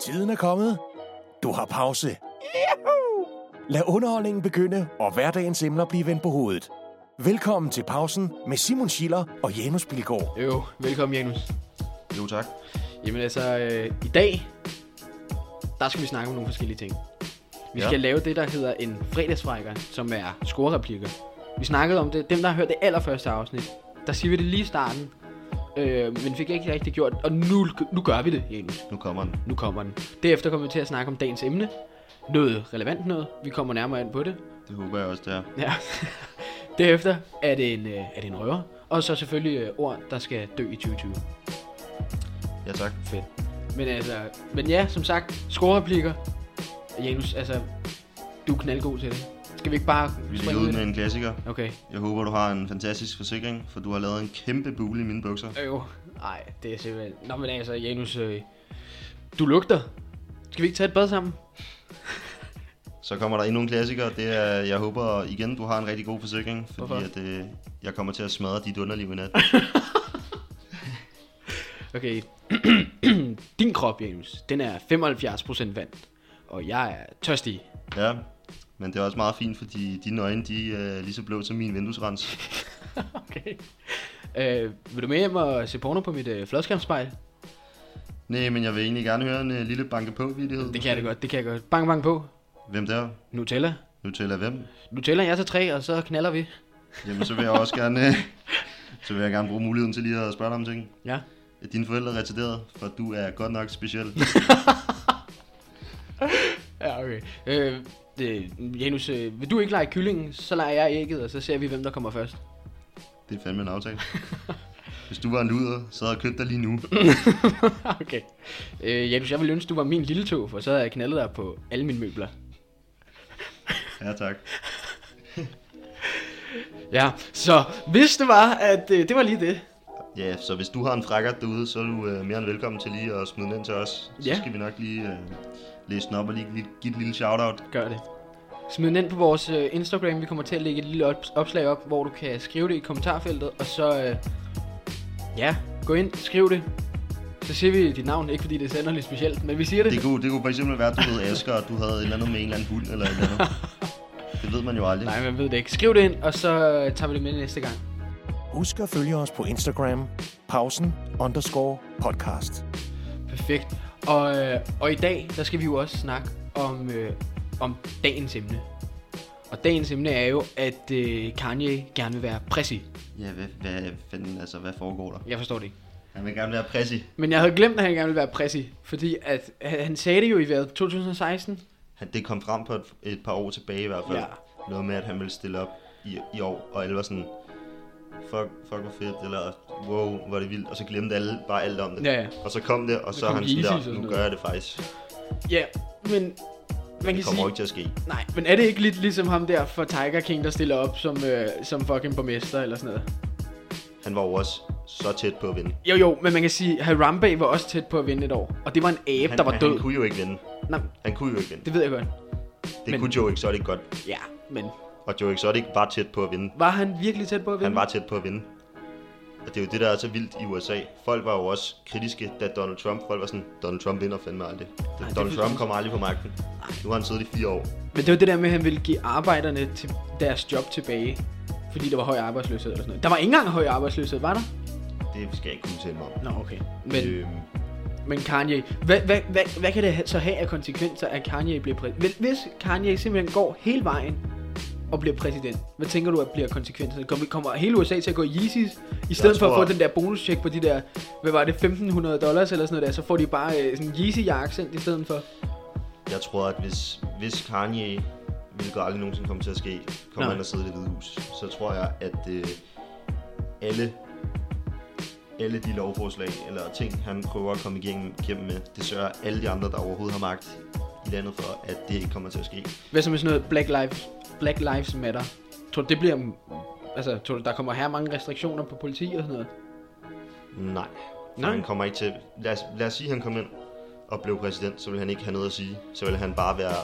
Tiden er kommet. Du har pause. Yahoo! Lad underholdningen begynde, og hverdagens emner blive vendt på hovedet. Velkommen til pausen med Simon Schiller og Janus Bilgaard. Jo, velkommen Janus. Jo tak. Jamen altså, øh, i dag, der skal vi snakke om nogle forskellige ting. Vi Ja. skal lave det, der hedder en fredagsfrækker, som er scorereplikker. Vi snakkede om det, dem der har hørt det allerførste afsnit, der siger vi det lige i starten, øh, men fik ikke rigtig gjort, og nu, nu gør vi det, Janus. Nu kommer den. Nu kommer den. Derefter kommer vi til at snakke om dagens emne. Noget relevant noget. Vi kommer nærmere ind på det. Det håber jeg også, det er. Ja. Derefter er det en, øh, er det en røver. Og så selvfølgelig øh, ord, der skal dø i 2020. Ja tak. Fedt. Men altså, men ja, som sagt, scorereplikker. Janus, altså, du er knaldgod til det. Skal vi ikke bare Vi ligger springe ud ud i med det? en klassiker. Okay. Jeg håber, du har en fantastisk forsikring, for du har lavet en kæmpe bule i mine bukser. Øv. Nej, øh, det er simpelthen... Nå, men altså, Janus, øh, du lugter. Skal vi ikke tage et bad sammen? Så kommer der endnu en klassiker. Det er, jeg håber igen, du har en rigtig god forsikring, fordi Hvorfor? at, øh, jeg kommer til at smadre dit underliv i nat. Okay. Din krop, Janus, den er 75% vand. Og jeg er tørstig. Ja, men det er også meget fint, fordi dine øjne de øh, er lige så blå som min vinduesrens. Okay. Øh, vil du med hjem og se porno på mit øh, flodskærmspejl? Nej, men jeg vil egentlig gerne høre en øh, lille banke på vidighed. Det kan jeg da godt, det kan jeg godt. Bang, bang på. Hvem der? Nutella. Nu tæller hvem? Nutella, jeg til tre, og så knaller vi. Jamen, så vil jeg også gerne, øh, så vil jeg gerne bruge muligheden til lige at spørge dig om ting. Ja. Er dine forældre retarderet, for du er godt nok speciel? Ja, okay. Øh, det, Janus, øh, vil du ikke lege kyllingen, så leger jeg ægget, og så ser vi, hvem der kommer først. Det er fandme en aftale. Hvis du var en luder, så havde jeg købt dig lige nu. okay. Øh, Janus, jeg ville ønske, du var min lille tog, for så havde jeg knaldet dig på alle mine møbler. Ja, tak. Ja, så hvis det var, at øh, det var lige det. Ja, så hvis du har en frakker derude, så er du øh, mere end velkommen til lige at smide den ind til os. Så Ja. skal vi nok lige øh, læse den op og lige, lige give et lille shout-out. Gør det. Smid den ind på vores øh, Instagram. Vi kommer til at lægge et lille op- opslag op, hvor du kan skrive det i kommentarfeltet. Og så, øh, ja, gå ind, skriv det. Så siger vi dit navn, ikke fordi det er særligt specielt, men vi siger det. Det kunne, det kunne for eksempel være, at du hed Asger, og du havde et eller andet med en eller anden hund eller et eller andet. Det ved man jo aldrig. Nej, man ved det ikke. Skriv det ind, og så øh, tager vi det med næste gang. Husk at følge os på Instagram. Pausen underscore podcast. Perfekt. Og, øh, og i dag, der skal vi jo også snakke om, øh, om dagens emne. Og dagens emne er jo, at øh, Kanye gerne vil være præcis. Ja, hvad, hvad fanden, altså, hvad foregår der? Jeg forstår det ikke. Han vil gerne være præsig. Men jeg havde glemt, at han gerne ville være præcis, fordi at, han han sagde det jo i hvad, 2016. Han, det kom frem på et, et par år tilbage i hvert fald. Ja. Ja. Noget med, at han ville stille op i, i år, og alle var sådan, fuck, fuck hvor fedt, eller wow, hvor er det vildt. Og så glemte alle bare alt om det. Ja, ja. Og så kom det, og så er kom han Yeezys og sådan sådan der, nu noget." gør jeg det faktisk. Ja, men man kan Det kommer sige... ikke til at ske. Nej, men er det ikke lidt ligesom ham der for Tiger King, der stiller op som, øh, som fucking borgmester eller sådan noget? Han var jo også så tæt på at vinde. Jo jo, men man kan sige, at Harambe var også tæt på at vinde et år. Og det var en abe, Han, der var han, død. han kunne jo ikke vinde. Nej, Han kunne jo ikke vinde. det ved jeg godt. Det men- kunne Joe Exotic godt. Ja, men Og Joe Exotic var tæt på at vinde. var han virkelig tæt på at vinde? Han var tæt på at vinde. Og det er jo det, der er så vildt i USA. Folk var jo også kritiske, da Donald Trump... Folk var sådan, Donald Trump vinder fandme aldrig. Nej, Ej, det Donald er Trump kommer aldrig på magten. Nu har han siddet i fire år. Men det var det der med, at han ville give arbejderne til deres job tilbage, fordi der var høj arbejdsløshed eller sådan noget. Der var ikke engang høj arbejdsløshed, var der? Det skal jeg ikke kunne tale mig om. Nå, okay. Men, øh. Øhm, men Kanye, hvad, hvad, hvad, hvad kan det ha- så have af konsekvenser, at Kanye bliver præsident? Hvis Kanye simpelthen går hele vejen og bliver præsident, hvad tænker du, at bliver konsekvenserne? Kommer, kommer hele USA til at gå i Yeezys, i stedet for tror- at få den der bonuscheck på de der, hvad var det, 1500 dollars eller sådan noget der, så får de bare øh, sådan en Yeezy-jakke sendt i stedet for. jeg tror, at hvis, hvis Kanye, hvilket aldrig nogensinde kommer til at ske, Nej. kommer han og sidder i det hvide hus, så tror jeg, at øh, alle alle de lovforslag eller ting, han prøver at komme igennem igennem med, det sørger alle de andre, der overhovedet har magt i landet for, at det ikke kommer til at ske. Hvad så med sådan noget Black Lives, Black Lives Matter? Tror du, det bliver... mm, Altså, tror du, der kommer her mange restriktioner på politi og sådan noget? Nej. For Nej. Han kommer ikke til... Lad os, lad os sige, at han kom ind og blev præsident, så vil han ikke have noget at sige. Så vil han bare være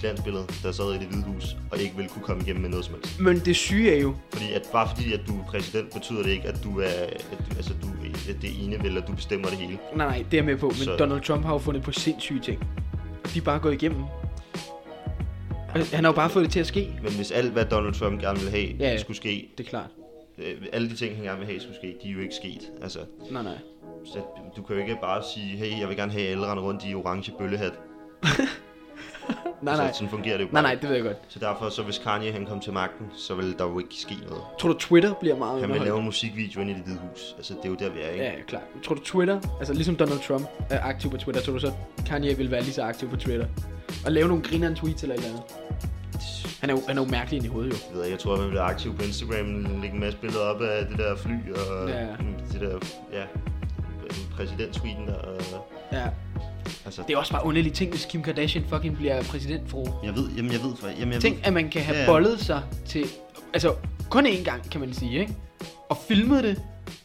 glansbillede, der sad i det hvide hus, og ikke ville kunne komme igennem med noget som helst. Men det syge er jo, Fordi at, bare fordi, at du er præsident, betyder det ikke, at du er, at, du- altså, du, at det ene vel, at du bestemmer det hele. nej nej, det er jeg med på, men Så- så... Donald Trump har jo fundet på sindssyge ting. Og de er bare gået igennem. Og Han har jo bare fået det til at ske, Men hvis alt, hvad Donald Trump gerne ville have, Ja, ja, ja. skulle ske, det er klart. øh, alle de ting, han gerne vil have, skulle ske, de er jo ikke sket. Altså, Nej nej. så du kan jo ikke bare sige, hey, jeg vil gerne have, at alle render rundt i orange bøllehat. Nej nej. Så, sådan fungerer det jo Nej bare. nej, det ved jeg godt. Så derfor, så hvis Kanye han kom til magten, så ville der jo ikke ske noget. Tror du Twitter bliver meget Han vil underholdende? lave en musikvideo ind i det hvide hus. Altså, det er jo der, vi er, ikke? Ja, klart. Tror du Twitter, altså ligesom Donald Trump er aktiv på Twitter, tror du så Kanye vil være lige så aktiv på Twitter? Og lave nogle grinerende tweets eller et eller andet? Han er jo, han er jo mærkelig ind i hovedet jo. Jeg, ved, ikke, jeg tror, at man bliver aktiv på Instagram, lægge en masse billeder op af det der fly, og Ja. ja. det der, ja, præsidenttweeten, der, og, Ja. altså, Det er også bare underlige ting, hvis Kim Kardashian fucking bliver præsidentfrue. jeg ved, jamen, jeg ved, for, jamen, jeg ved, Tænk, at man kan have Ja, ja. ja. bollet sig til... Altså, kun én gang, kan man sige, ikke? Og filmet det,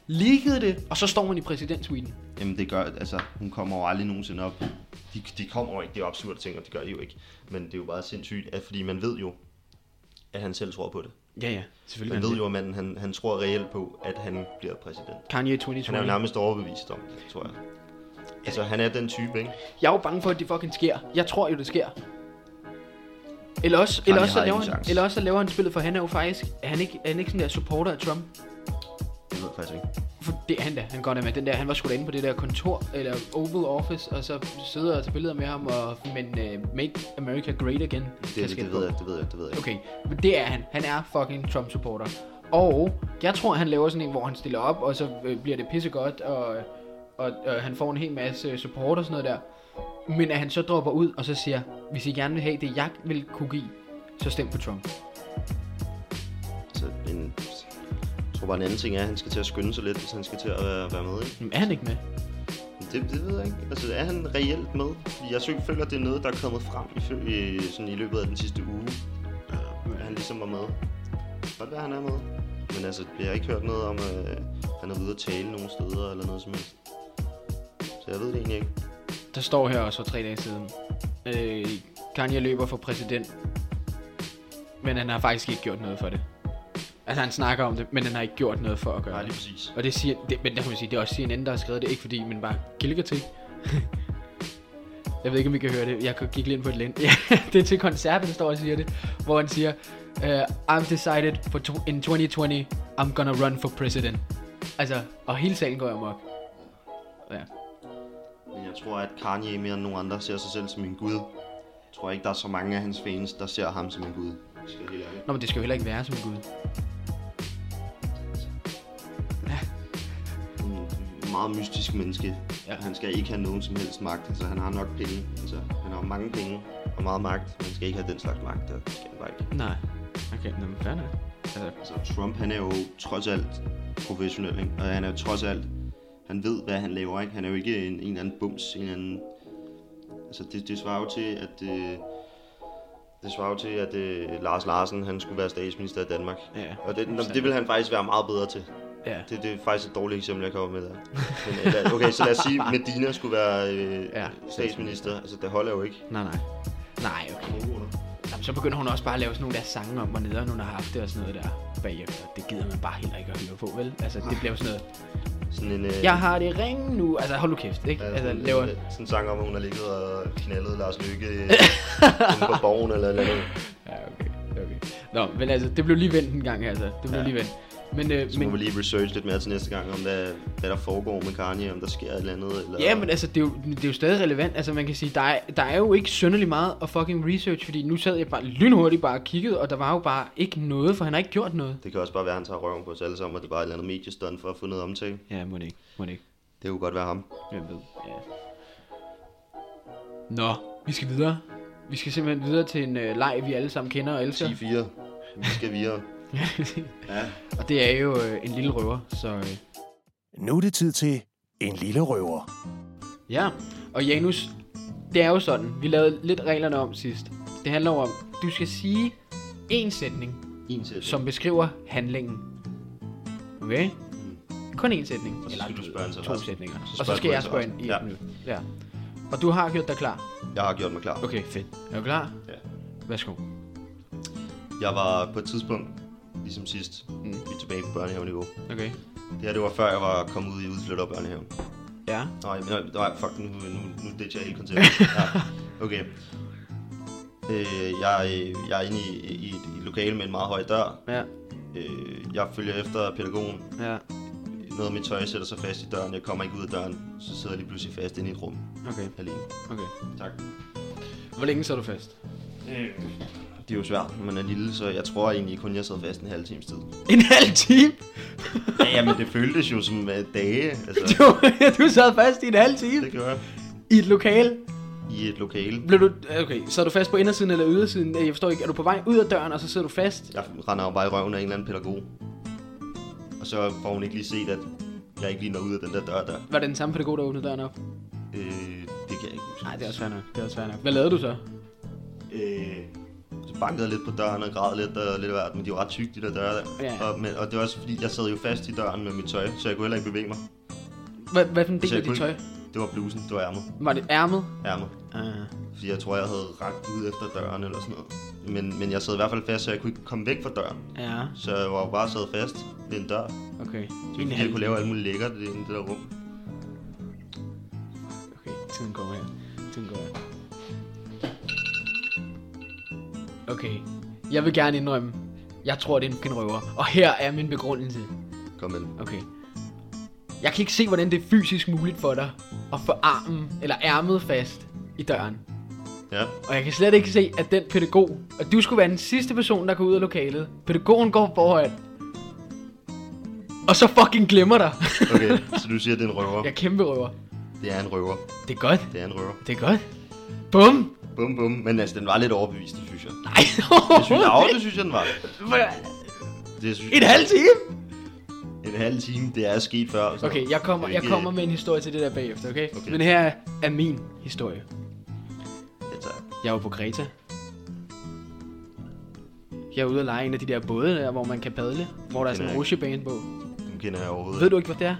leakede det, og så står man i præsidentsweeten. jamen, det gør, altså, hun kommer jo aldrig nogensinde op. De, de kommer jo ikke, det er absurde ting, og det gør de jo ikke. Men det er jo bare sindssygt, at, fordi man ved jo, at han selv tror på det. Ja, ja. Selvfølgelig. Man ved jo, at manden, han, han tror reelt på, at han bliver præsident. Kanye Han er jo 2020. nærmest overbevist om det, tror jeg. Altså, han er den type, ikke? Jeg er jo bange for, at det fucking sker. Jeg tror jo, det sker. Eller også, eller Kanye også, så har laver ingen han, chance. eller også så laver han spillet, for han er jo faktisk... Er han ikke, er han ikke sådan der supporter af Trump? Det ved jeg faktisk ikke. For det er han da, han går da med. Den der, han var sgu da inde på det der kontor, eller Oval Office, og så sidder og tager billeder med ham, og, men uh, Make America Great Again. Det, det, kasket det på. ved jeg, det ved jeg, det ved jeg. Okay, men det er han. Han er fucking Trump-supporter. Og jeg tror, han laver sådan en, hvor han stiller op, og så øh, bliver det pissegodt, og, og øh, han får en hel masse support og sådan noget der. Men at han så dropper ud, og så siger, hvis I gerne vil have det, jeg vil kunne give, så stem på Trump. Så Altså, en, jeg tror bare, en anden ting er, at han skal til at skynde sig lidt, hvis han skal til at være, være med. Ikke? Jamen, er han ikke med? Men Det, det ved jeg ikke. Altså, er han reelt med? Fordi jeg synes- føler, at det er noget, der er kommet frem i, føl- i, sådan i løbet af den sidste uge. Øh, At han ligesom var med. Godt være, han er med. Men altså, jeg har ikke hørt noget om, at han er ude at tale nogle steder eller noget som helst. Så jeg ved det egentlig ikke. Der står her også for tre dage siden. Øh, Kanye løber for præsident. Men han har faktisk ikke gjort noget for det. Altså han snakker om det, men han har ikke gjort noget for at gøre Nej, det. lige præcis. Og det siger, det, men der kan man sige, det er også CNN, der har skrevet det, ikke fordi, men bare kilker til. jeg ved ikke, om I kan høre det. Jeg gik lige ind på et link. Ja, det er til koncerten, der står og siger det, hvor han siger, uh, I'm decided for to- in 2020, I'm gonna run for president. Altså, og hele salen går amok. Ja. Men jeg tror, at Kanye mere end nogen andre ser sig selv som en gud. Jeg tror ikke, der er så mange af hans fans, der ser ham som en gud. Jeg Skal jeg helt ærligt. Nå, men det skal jo heller ikke være som Gud. en meget mystisk menneske. Ja. Ja. Han skal ikke have nogen som helst magt. Altså, han har nok penge. Altså, han har mange penge og meget magt. Man skal ikke have den slags magt. Der skal han bare ikke. Nej. Okay, men fair nok. Altså, Altså, Trump, han er jo trods alt professionel, ikke? Og han er jo trods alt... Han ved, hvad han laver, ikke? Han er jo ikke en, en eller anden bums, en eller anden... Altså, det, det svarer jo til, at... Øh, det svarer jo til, at øh, Lars Larsen, han skulle være statsminister i Danmark. Ja. Og det, nå, det vil han faktisk være meget bedre til. ja. Det, det er faktisk et dårligt eksempel, jeg kommer med der. Men, øh, lad- okay, så lad os sige, at Medina skulle være øh, Ja, ja, statsminister. Altså, det holder jo ikke. Nej, nej. Nej, okay. Jamen, så begynder hun også bare at lave sådan nogle der sange om, hvor nederen hun har haft det og sådan noget der bagefter. Det gider man bare heller ikke at høre på, vel? Altså, det bliver jo sådan noget, Sådan en... Øh, jeg har det ringe nu. Altså, hold nu kæft, ikke? altså, Altså, laver... sådan, sådan en sang om, at hun har ligget og knaldet Lars Lykke øh, inde på borgen eller eller andet. Ja, okay, okay. Nå, men altså, det blev lige vendt en gang, altså. Det blev Ja. lige vendt. Men, øh, Så må men, vi lige researche lidt mere til næste gang, om hvad, hvad der foregår med Kanye, om der sker et eller andet. Eller... Ja, men altså, det er, jo, det er jo stadig relevant. Altså, man kan sige, der er, der er jo ikke synderlig meget at fucking research, fordi nu sad jeg bare lynhurtigt bare og kiggede, og der var jo bare ikke noget, for han har ikke gjort noget. Det kan også bare være, at han tager røven på os alle sammen, og det er bare et eller andet mediestund for at få noget omtale. Ja, må det ikke, må det ikke. Det kunne godt være ham. Hvem ved? Ja. Nå, vi skal videre. Vi skal simpelthen videre til en øh, leg, vi alle sammen kender og elsker. 10-4. Vi skal videre. Ja. og det er jo øh, en lille røver, så øh, Nu er det tid til En Lille Røver. ja. Og Janus, det er jo sådan, vi lavede lidt reglerne om sidst. Det handler jo om, du skal sige én sætning, En til. som beskriver handlingen. Okay? Kun én sætning. så skal du spørge ind til to resten. sætninger. Så og spørger så altså du skal ind jeg til spørge resten. ind i ja. Ja. ja. Og du har gjort dig klar. Jeg har gjort mig klar. Okay, fedt. Er du klar? Ja. Værsgo. Jeg var på et tidspunkt, ligesom sidst, Mm. mm. vi er tilbage på børnehaveniveau. Okay. Det her, det var før jeg var kommet ud i udflytter børnehaven. Ja. Nej, nej, nej, fuck, nu, nu, nu ditcher jeg hele konceptet. Ja, okay. Øh, jeg, øh, jeg er inde i, i et i et lokale med en meget høj dør. Ja. Øh, jeg følger efter pædagogen. Ja. Noget af mit tøj sætter sig fast i døren. Jeg kommer ikke ud af døren. Så sidder jeg lige pludselig fast inde i et rum Okay. alene. Okay. Tak. Hvor længe sad du fast? Det er jo svært, når man er lille, så jeg tror egentlig kun, jeg sad fast en halv times tid. En halv time? Ja, jamen, det føltes jo som uh, dage. Altså, Du, du sad fast i en halv time det gjorde jeg. i et lokale. I et lokale. Blev du, øh, okay, så er du fast på indersiden eller ydersiden? Øh, Jeg forstår ikke, er du på vej ud af døren, og så sidder du fast? Jeg render jo bare i røven af en eller anden pædagog. Og så får hun ikke lige set, at jeg ikke lige når ud af den der dør der. Var det den samme pædagog, der åbnede døren op? Øh, det kan jeg ikke huske. Nej, det er også fair nok. Det er også fair nok. Hvad lavede du så? Øh, så bankede jeg lidt på døren og græd lidt og lidt af hvert, men de var ret tykke, de der døre der. Ja. Og, men, og det var også fordi, jeg sad jo fast i døren med mit tøj, så jeg kunne heller ikke bevæge mig. Hvad, hvad for en del Så af jeg dit kunne tøj? ikke- Det var blusen, det var ærmet. Var det ærmet? ærmet. Uh, Fordi jeg tror, jeg havde ragt ud efter døren eller sådan noget. Men, men jeg sad i hvert fald fast, så jeg kunne ikke komme væk fra døren. ja, Så jeg var jo bare sad fast ved en dør. okay. Så En fordi jeg halv. kunne lave alt muligt lækkert inde i det der rum. Okay, tiden går her. Tiden går her. Okay, jeg vil gerne indrømme, jeg tror, det er en fucking røver. Og her er min begrundelse. Kom ind. Okay. Jeg kan ikke se, hvordan det er fysisk muligt for dig at få armen eller ærmet fast i døren. Ja, Og jeg kan slet ikke se, at den pædagog, og du skulle være den sidste person, der går ud af lokalet. Pædagogen går foran. Og så fucking glemmer dig. okay. så du siger, at det er en røver. jeg er kæmpe røver. Det er en røver. Det er godt. Det er en røver. Det er godt. Bum. Bum, bum. Men altså, den var lidt overbevist, det synes jeg. Nej, Det synes jeg, oh, det synes jeg, den var. Det synes, En halv time? En halv time, det er sket før. så- Okay, jeg kommer, Det er jeg ikke- kommer med en historie til det der bagefter, okay? Okay. Men her er min historie. Ja, tak. Jeg var på Kreta. Jeg er ude og lege i en af de der både der, hvor man kan padle. Hvor der er sådan en Kender rutsjebane på. Dem kender jeg overhovedet. Ved du ikke, hvad det er?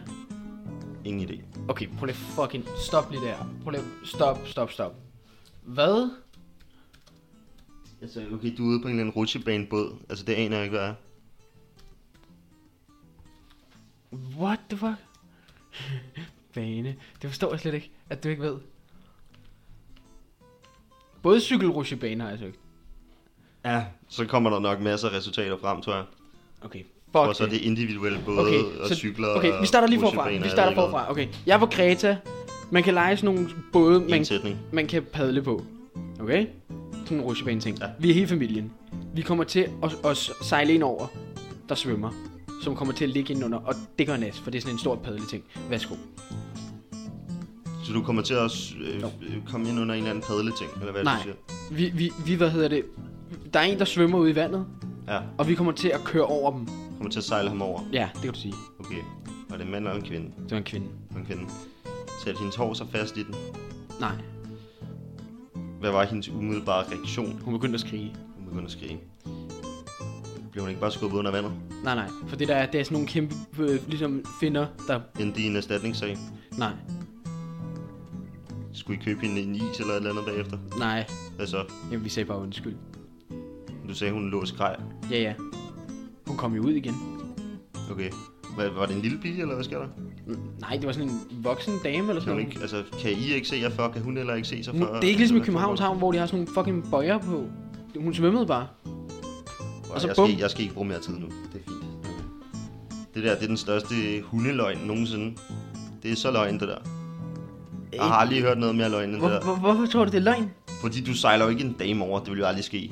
Ingen idé. Okay, prøv lige fucking stop lige der. Prøv lige stop, stop, stop. Hvad? Altså, okay, du er ude på en eller anden rutsjebanebåd. Altså, det aner jeg ikke, hvad er. What the fuck? Bane. Det forstår jeg slet ikke, at du ikke ved. Både cykelrutsjebane har jeg søgt. Ja. Så kommer der nok masser af resultater frem, tror jeg. Okay, fuck Okay. Og så er det individuelle både og så- cykler okay, og vi starter lige forfra. rutsjebaner, Vi jeg starter ved ikke forfra. Okay, jeg er på Kreta. Man kan lege sådan nogle både, hvad. En man, sætning. man kan padle på. Okay? Sådan en rutsjebane ting. Ja. Ja. Vi er hele familien. Vi kommer til at, at sejle ind over, der svømmer. Som kommer til at ligge indenunder, og det gør nas, for det er sådan en stor padleting. Værsgo. Så du kommer til at øh, øh, komme ind under en eller anden padleting, eller hvad er det, Nej, du siger? vi, vi, vi, hvad hedder det? Der er en, der svømmer ude i vandet, Ja, og vi kommer til at køre over dem. kommer til at sejle ham over. Ja, det kan du sige. Okay. Og det er en mand og en kvinde. Det var en kvinde. Og en kvinde. Sæt hendes hår så fast i den. Nej, Hvad var hendes umiddelbare reaktion? hun begyndte at skrige. Hun begyndte at skrige. Blev hun ikke bare skubbet under vandet? Nej, nej, for det der er, det er sådan nogle kæmpe, øh, ligesom finder, der... Endte i en erstatningssag? Nej, Skulle I købe hende en is eller et eller andet bagefter? nej, Hvad så? Jamen, vi sagde bare undskyld. Du sagde, hun lå og skreg. Ja, ja. Hun kom jo ud igen. Okay. Hvad, var det en lille pige, eller hvad sker der? N- Nej, det var sådan en voksen dame eller Kan, sådan hun noget. ikke, altså, kan I ikke se jer for? Kan hun heller ikke se sig Hun, for? det er ikke ligesom i Hvad Københavns foregår Havn, hvor de har sådan nogle fucking bøjer på. Hun svømmede bare. der? og så jeg, bum. skal, jeg skal ikke bruge mere tid nu. Det er fint. Det der, det er den største hundeløgn nogensinde. Det er så løgn, det der. Jeg har aldrig hørt noget mere løgn end Hvor, det der. hvor, hvorfor tror du, det er løgn? Fordi du sejler jo ikke en dame over. Det vil jo aldrig ske.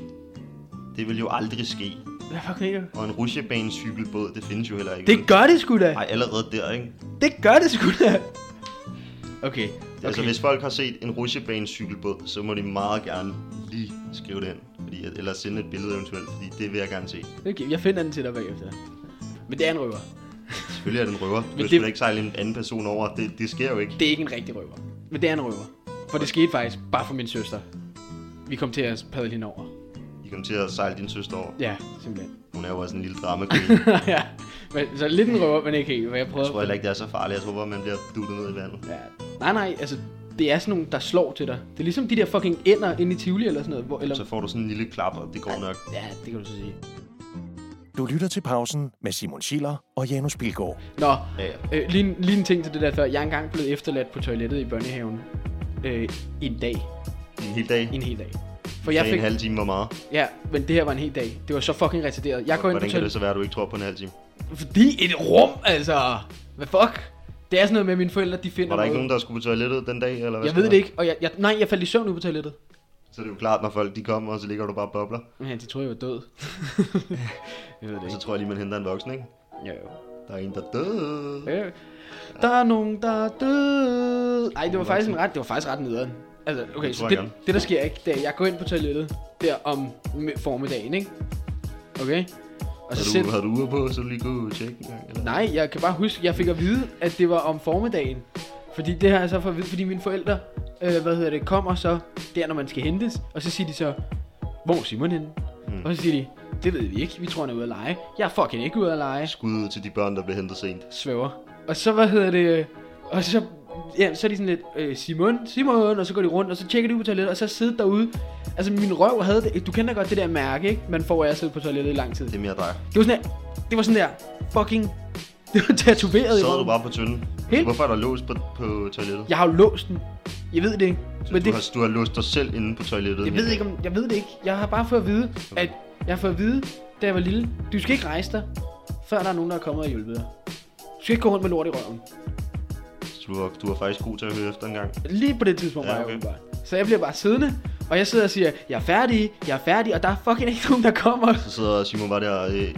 Det vil jo aldrig ske. Hvad fuck mener du? Og en rutsjebanecykelbåd, det findes jo heller ikke. Det gør det sgu da. Nej, allerede der, ikke? Det gør det sgu da. Okay, Okay. Altså, okay. hvis folk har set en rutsjebanecykelbåd, så må de meget gerne lige skrive det ind. Fordi, eller sende et billede eventuelt, fordi det vil jeg gerne se. okay. Jeg finder den til dig bagefter. Men det er en røver. Selvfølgelig er den røver. Du Men kan det- det... ikke sejle en anden person over. Det, det sker jo ikke. Det er ikke en rigtig røver. Men det er en røver. For det skete faktisk bare for min søster. Vi kom til at padle hende over. I kommer til at sejle din søster over. Ja, simpelthen. Hun er jo også en lille drama Jeg ja. Men, så lidt en røver, men ikke helt, hvad jeg prøvede. tror heller ikke, det er så farligt. Jeg tror bare, man bliver duttet ned i vandet. Ja. Nej, nej, altså, det er sådan nogle, der slår til dig. Det er ligesom de der fucking ender inde i Tivoli eller sådan noget. Hvor, eller, Så får du sådan en lille klap, og det går nok. ja, det kan du så sige. Du lytter til pausen med Simon Schiller og Janus Bilgaard. Nå, Ja, ja. øh, lige, en- lige en ting til det der før. Jeg er engang blevet efterladt på toilettet i børnehaven. Øh, en dag. En hel dag. En hel dag. For Jeg jeg fik... fik... En halv time var meget. Ja, men det her var en hel dag. Det var så fucking retarderet. Jeg går ind på Hvordan kan det toilettet, så være, at du ikke tror på en halv time? fordi et rum, altså... Hvad fuck? Det er sådan noget med, at mine forældre, de finder Var der ikke noget. nogen, der skulle på toilettet den dag? Eller hvad Jeg skulle ved det der? ikke, og jeg, jeg, nej, jeg faldt i søvn ude på toilettet. Så er det jo klart, når folk de kommer, og så ligger du bare og bobler. Ja, de troede, jeg var død. Altså, jeg ved det Og så ikke. tror jeg lige, man henter en voksen, ikke? Jo, jo. Der er en, der døde. Øh. Der er nogen, der er døde. Nej, det var faktisk en ret, det var faktisk ret nederen. Altså, okay, Det så tror det, jeg gerne. det, der sker ikke, det er, at jeg går ind på toilettet der om m- formiddagen, ikke? Okay? Og så Havde du, sæt... havde du uger på, så du lige gå ud og tjekke en gang? Eller? Nej, jeg kan bare huske, jeg fik at vide, at det var om formiddagen. Fordi det her er så for at vide, fordi mine forældre, øh, hvad hedder det, kommer så der, når man skal hentes. Og så siger de så, hvor er Simon henne? Mm. Mm. Og så siger de, det ved vi ikke, vi tror han er ude at lege. Jeg er fucking ikke ude at lege Skud ud til de børn, der blev hentet sent. svæver. Og så, hvad hedder det, øh, og så, ja, så er de sådan lidt, øh, Simon, Simon, og så går de rundt, og så tjekker de ud på toilettet, og så sidder derude. Altså, min røv havde det, du kender godt det der mærke, ikke? Man får af at sidde på toilettet i lang tid. Det Det er mere dig. var sådan der, det var sådan der, fucking, det var tatoveret i Så er du røven. bare på tynden. Helt- Hvorfor er der lås på, på toilettet? Jeg har jo låst den. Jeg ved det ikke. Så Men du, det, har, du har låst dig selv inde på toilettet. jeg ved ikke, om, jeg ved det ikke. Jeg har bare fået at vide, at jeg har fået at vide, da jeg var lille, du skal ikke rejse dig, før der er nogen, der er kommet og hjulpet dig. Du skal ikke gå rundt med lort i røven. Så Du var, du var faktisk god til at høre efter en gang. Lige på det tidspunkt Ja, var jeg okay. åbenbart. Så jeg bliver bare siddende, og jeg sidder og siger, jeg er færdig, jeg er færdig, og der er fucking ikke nogen, der kommer. Så sidder Simon bare der, øh,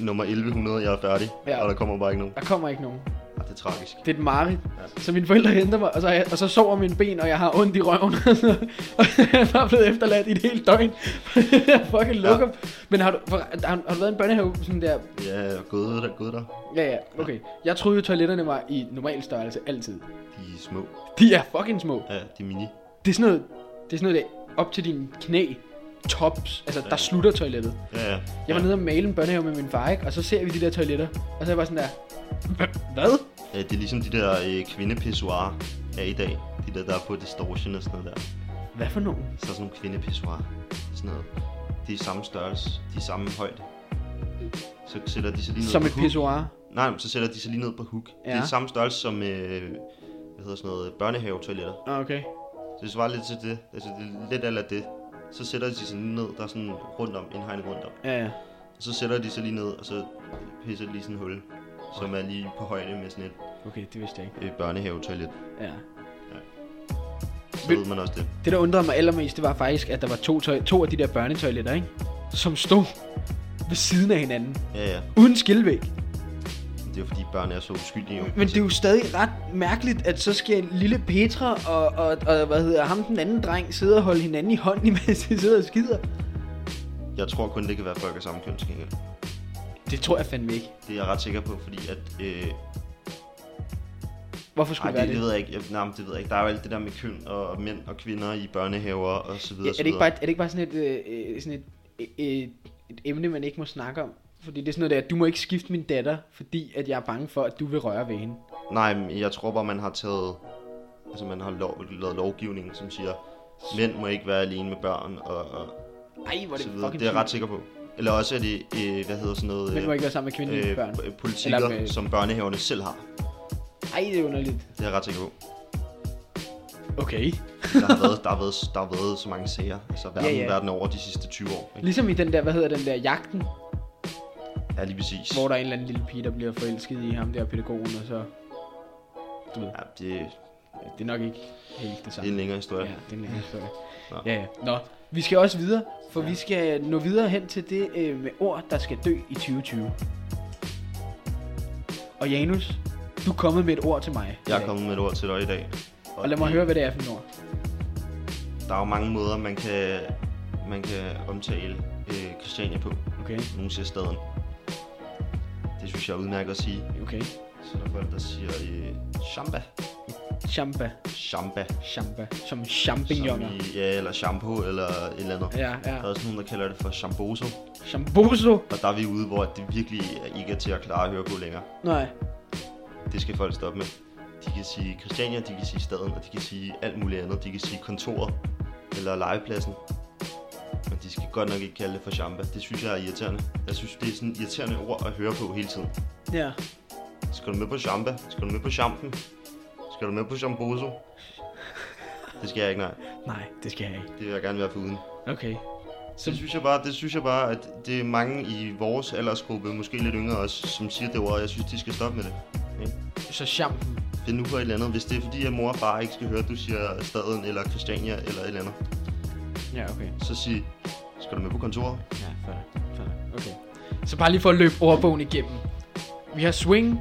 nummer 1100, jeg er færdig. Ja. Og der kommer bare ikke nogen. Der kommer ikke nogen. Ah, det er tragisk. Det er et mareridt. Ja. Så mine forældre henter mig, og så, er jeg, og så sover mine ben, og jeg har ondt i røven. og jeg er bare blevet efterladt i et helt døgn. jeg fucking lukker. Ja. Men har du, for, har, har du været i en børnehave sådan der? Ja, gået der, gået der. Ja, ja, okay. Jeg troede jo, toiletterne var i normal størrelse altid. De er små. De er fucking små. Ja, de er mini. Det er sådan noget, det er sådan noget der, op til dine knæ, tops, altså der slutter toilettet. Ja, ja. Jeg var nede og male en børnehave med min far, ikke? Og så ser vi de der toiletter, og så er jeg bare sådan der... "Hva- Hvad? ja, det er ligesom de der øh, kvindepissoirer er i dag. De der, der er på distortion og sådan noget der. Hvad for nogen? Så er der sådan nogle kvindepissoirer. Sådan noget. De er samme størrelse. De er samme højde. Så sætter de sig lige ned Som på et hook. pissoir. Nej, men så sætter de sig lige ned på hook. Ja. Det Ja. er samme størrelse som, øh, hvad hedder sådan noget, børnehavetoiletter. Nå, Okay. Så det svarer lidt til det. Altså, det er lidt af det. Så sætter de sig lige ned, der er sådan rundt om, en hegn rundt om. Ja, ja. Og så sætter de sig lige ned, og så pisser de lige sådan en hul, som er lige på højde med sådan et Okay, det vidste jeg ikke. øh, børnehavetoilet. Ja. Så Vil- ved man også det. Det, der undrede mig allermest, det var faktisk, at der var to, tøj, to af de der børnetoiletter, ikke? Som stod ved siden af hinanden. Ja, ja. Uden skilvæg. Men Det er jo fordi, børn er så uskyldige. Jo. Altså, Men det er jo stadig ret mærkeligt, at så skal en lille Petra og, og, og hvad hedder ham, den anden dreng, sidde og holde hinanden i hånden, imens de sidder og skider. Jeg tror kun, det kan være folk af samme køn, til gengæld. Det tror jeg fandme ikke. Det er jeg ret sikker på, fordi at... Øh, Hvorfor ej, skulle det, det, det, være det? ved jeg ikke. Jeg, nej, men det ved jeg ikke. Der er jo alt det der med køn og og mænd og kvinder i børnehaver og så videre. Ja, så er, det ikke videre. bare, er det ikke bare sådan et, øh, øh, sådan et, øh, øh, et emne, man ikke må snakke om? Fordi det er sådan noget der, at du må ikke skifte min datter, fordi at jeg er bange for, at du vil røre ved hende. Nej, men jeg tror bare, man har taget... Altså, man har lov, lavet lovgivning, som siger, mænd må ikke være alene med børn og, og Ej, hvor er så det videre. fucking Det er jeg ret sygt. sikker på. Eller også er det, øh, hvad hedder sådan noget... Man må ikke være sammen med kvindelige øh, børn. øh, politikker, Eller med- Eller, som børnehaverne selv har. Ej, det er underligt. Det er jeg ret sikker på. Okay. Der har været, der har været, der har været så mange sager, altså verden, ja. verden over de sidste 20 år. Ikke? Ligesom i den der, hvad hedder den der, jagten, Ja, lige præcis. hvor der er en eller anden lille pige, der bliver forelsket i ham der pædagogen, og så... Du ved, Ja, det, ja, det er nok ikke helt det det er en samme. længere historie. Ja, det er en anden historie. Nå. Ja, ja. Nå, vi skal også videre, for vi skal nå videre hen til det øh, med ord, der skal dø i 2020. Og Janus, du er kommet med et ord til mig. i Jeg er dag. kommet med et ord til dig i dag. Og lad mig det- høre, hvad det er for et ord. Der er jo mange måder, man kan, man kan omtale øh, Christiania på. Okay, Nogle siger staden. Det synes jeg er udmærket at sige. okay. Så er der folk, der siger øh, shamba. Champa, Shamba. champa. Som Som champignoner. i, ja, eller shampoo, eller et eller andet. Ja, ja. Der er også nogen, der kalder det for shamboso. Chamboso. Og der er vi ude, hvor det virkelig ikke er til at klare at høre på længere. Nej. Det skal folk stoppe med. De kan sige Christiania, de kan sige staden, og de kan sige alt muligt andet. De kan sige kontoret eller legepladsen. Men de skal godt nok ikke kalde det for champa. Det synes jeg er irriterende. Jeg synes, det er sådan et irriterende ord at høre på hele tiden. Ja. Skal du med på champa? Skal du med på champen? Skal du med på chamboso? Det skal jeg ikke, nej. Nej, det skal jeg ikke. Det vil jeg gerne være foruden. Okay. Så det synes jeg bare, det synes jeg bare, at det er mange i vores aldersgruppe, måske lidt yngre også, som siger det ord, og jeg synes, de skal stoppe med det. Så champen. Find nu på et eller andet, hvis det er fordi, at mor og far ikke skal høre, at du siger staden eller Christiania eller et eller andet. Ja, okay. Så sig, skal du med på kontoret? Ja, fair nok, fair nok. Okay. Så bare lige for at løbe ordbogen igennem. Vi har swing,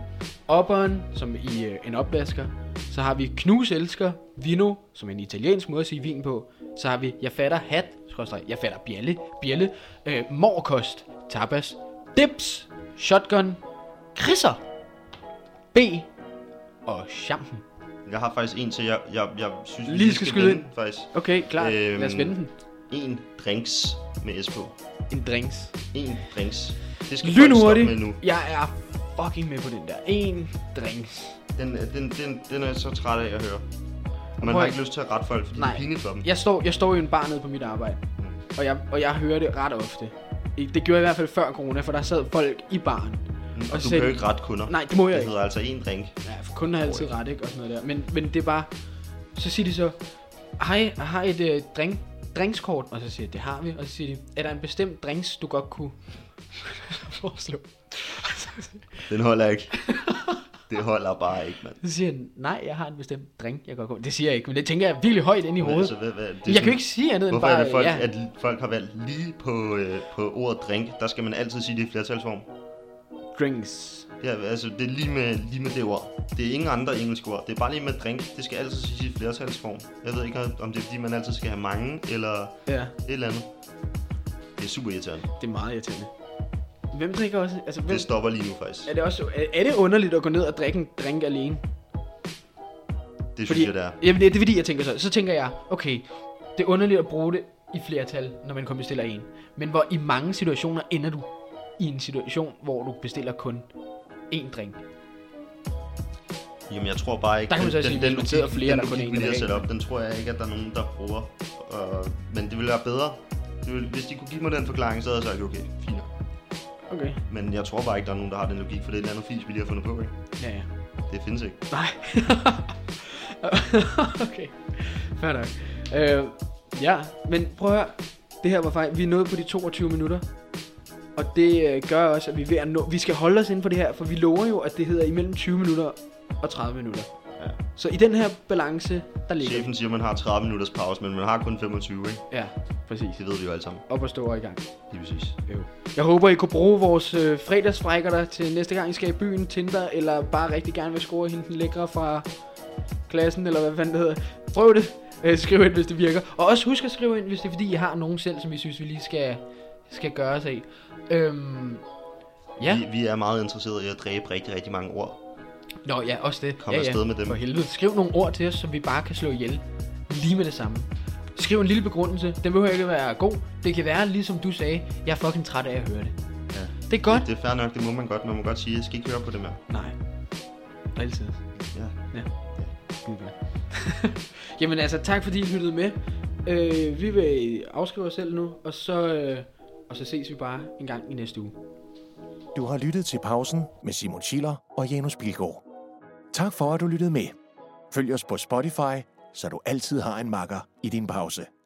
upperen, som i øh, en opvasker. Så har vi knuselsker, vino, som er en italiensk måde at sige vin på. Så har vi jeg fatter hat, skråstreg, jeg fatter bjælle, bjælle, øh, morkost, tapas, dips, shotgun, krisser, b og champen. Jeg har faktisk en til, jeg, jeg, jeg synes, vi Lige skal skyde vende, Faktisk. Okay, klar. Øhm, Lad os Øhm. vende den. En drinks med S på. En drinks. En drinks. Det skal folk stoppe Lynhurtigt. med nu. Jeg er fucking med på den der. En drinks. Den, øh, den, den, den er jeg så træt af at høre. Og Prøv man har at- ikke lyst til at rette folk, fordi det Nej. er pinligt for dem. Mm. Jeg står, jeg står i en bar nede på mit arbejde, og jeg, og jeg hører det ret ofte. I- Det gjorde jeg i hvert fald før corona, for der sad folk i baren. Mm, Og du selv- kan jo ikke rette kunder. Nej, det må jeg Det ikke. hedder altså en drink. Ja, for kunden har altid ret, ikke? Og sådan noget der. Men, men det er bare... Så siger de så, hej, jeg har et øh, drink, drinkskort. Og så siger jeg, det har vi. Og så siger de, er der en bestemt drinks, du godt kunne foreslå? Den holder ikke. det holder bare ikke, mand. Så siger jeg, nej, jeg har en bestemt drink, jeg godt kunne. Det siger jeg ikke, men det tænker jeg virkelig højt ind i Men hovedet. Altså, hvad, hvad, det er jeg kan jo ikke sige andet end Hvorfor bare... er det, folk, ja. ja. at folk har valgt lige på, øh, på ordet drink? Der skal man altid sige det i flertalsform. Drinks. Ja, altså, det er lige med, lige med det ord. Det er ingen andre engelske ord. Det er bare lige med drink. Det skal altid sige i flertalsform. Jeg ved ikke, om det er, fordi man altid skal have mange, eller Ja. et eller andet. Det er super irriterende. Det er meget irriterende. Hvem drikker også? Altså, hvem, Det stopper lige nu, faktisk. er, det også, er, er det underligt at gå ned og drikke en drink alene? Det synes jeg, det er. Jamen, det, det er fordi, jeg tænker så. Så tænker jeg, okay, det er underligt at bruge det i flertal, når man kun bestiller en. Men hvor i mange situationer ender du i en situation, hvor du bestiller kun én drink. Jamen, jeg tror bare ikke... Der kan man så sige, hvis man sidder flere, den der kun logik, en, vi lige der har er sat op, den tror jeg ikke, at der er nogen, der bruger. Uh, men det ville være bedre. Det ville, hvis de kunne give mig den forklaring, så havde jeg sagt, okay, fint. nok. Okay. Men jeg tror bare ikke, der er nogen, der har den logik, for det er et eller andet fis, vi lige har fundet på, ikke? Ja, ja. Det findes ikke. Nej. okay. Fair nok. Øh, ja, men prøv at høre. Det her var faktisk... Vi er nået på de 22 minutter. Og det øh, gør også, at vi er ved at nå... Vi skal holde os inden for det her, for vi lover jo, at det hedder imellem 20 minutter og 30 minutter. Ja. Så i den her balance, der ligger vi. Chefen siger, at man har 30 minutters pause, men man har kun 25, ikke? Ja, præcis. Det ved vi jo alle sammen. Op og stå og i gang. Lige præcis. Jo. Jeg håber, I kunne bruge vores øh, fredagsfrækker der til næste gang, I skal i byen, Tinder, eller bare rigtig gerne vil score hende den lækre fra klassen, eller hvad fanden det hedder. Prøv det. Øh, skriv ind, hvis det virker. Og også husk at skrive ind, hvis det er fordi, I har nogen selv, som I synes, vi lige skal, skal gøre os af. Øhm, ja. Vi, vi er meget interesserede i at dræbe rigtig, rigtig mange ord. Nå ja, også det. Kom ja, afsted ja. med dem. For helvede. Skriv nogle ord til os, som vi bare kan slå ihjel. Lige med det samme. Skriv en lille begrundelse. Den behøver ikke at være god. Det kan være, ligesom du sagde, jeg er fucking træt af at høre det. Ja. Det er godt. Det er fair nok, det må man godt. Man må godt sige, jeg skal ikke høre på det mere. Nej. Altid. Ja. Ja. Skide godt. Jamen altså, tak fordi I lyttede med. Øh, vi vil afskrive os selv nu, og så, øh, og så ses vi bare en gang i næste uge. Du har lyttet til Pausen med Simon Schiller og Janus Bilgaard. Tak for, at du lyttede med. Følg os på Spotify, så du altid har en makker i din pause.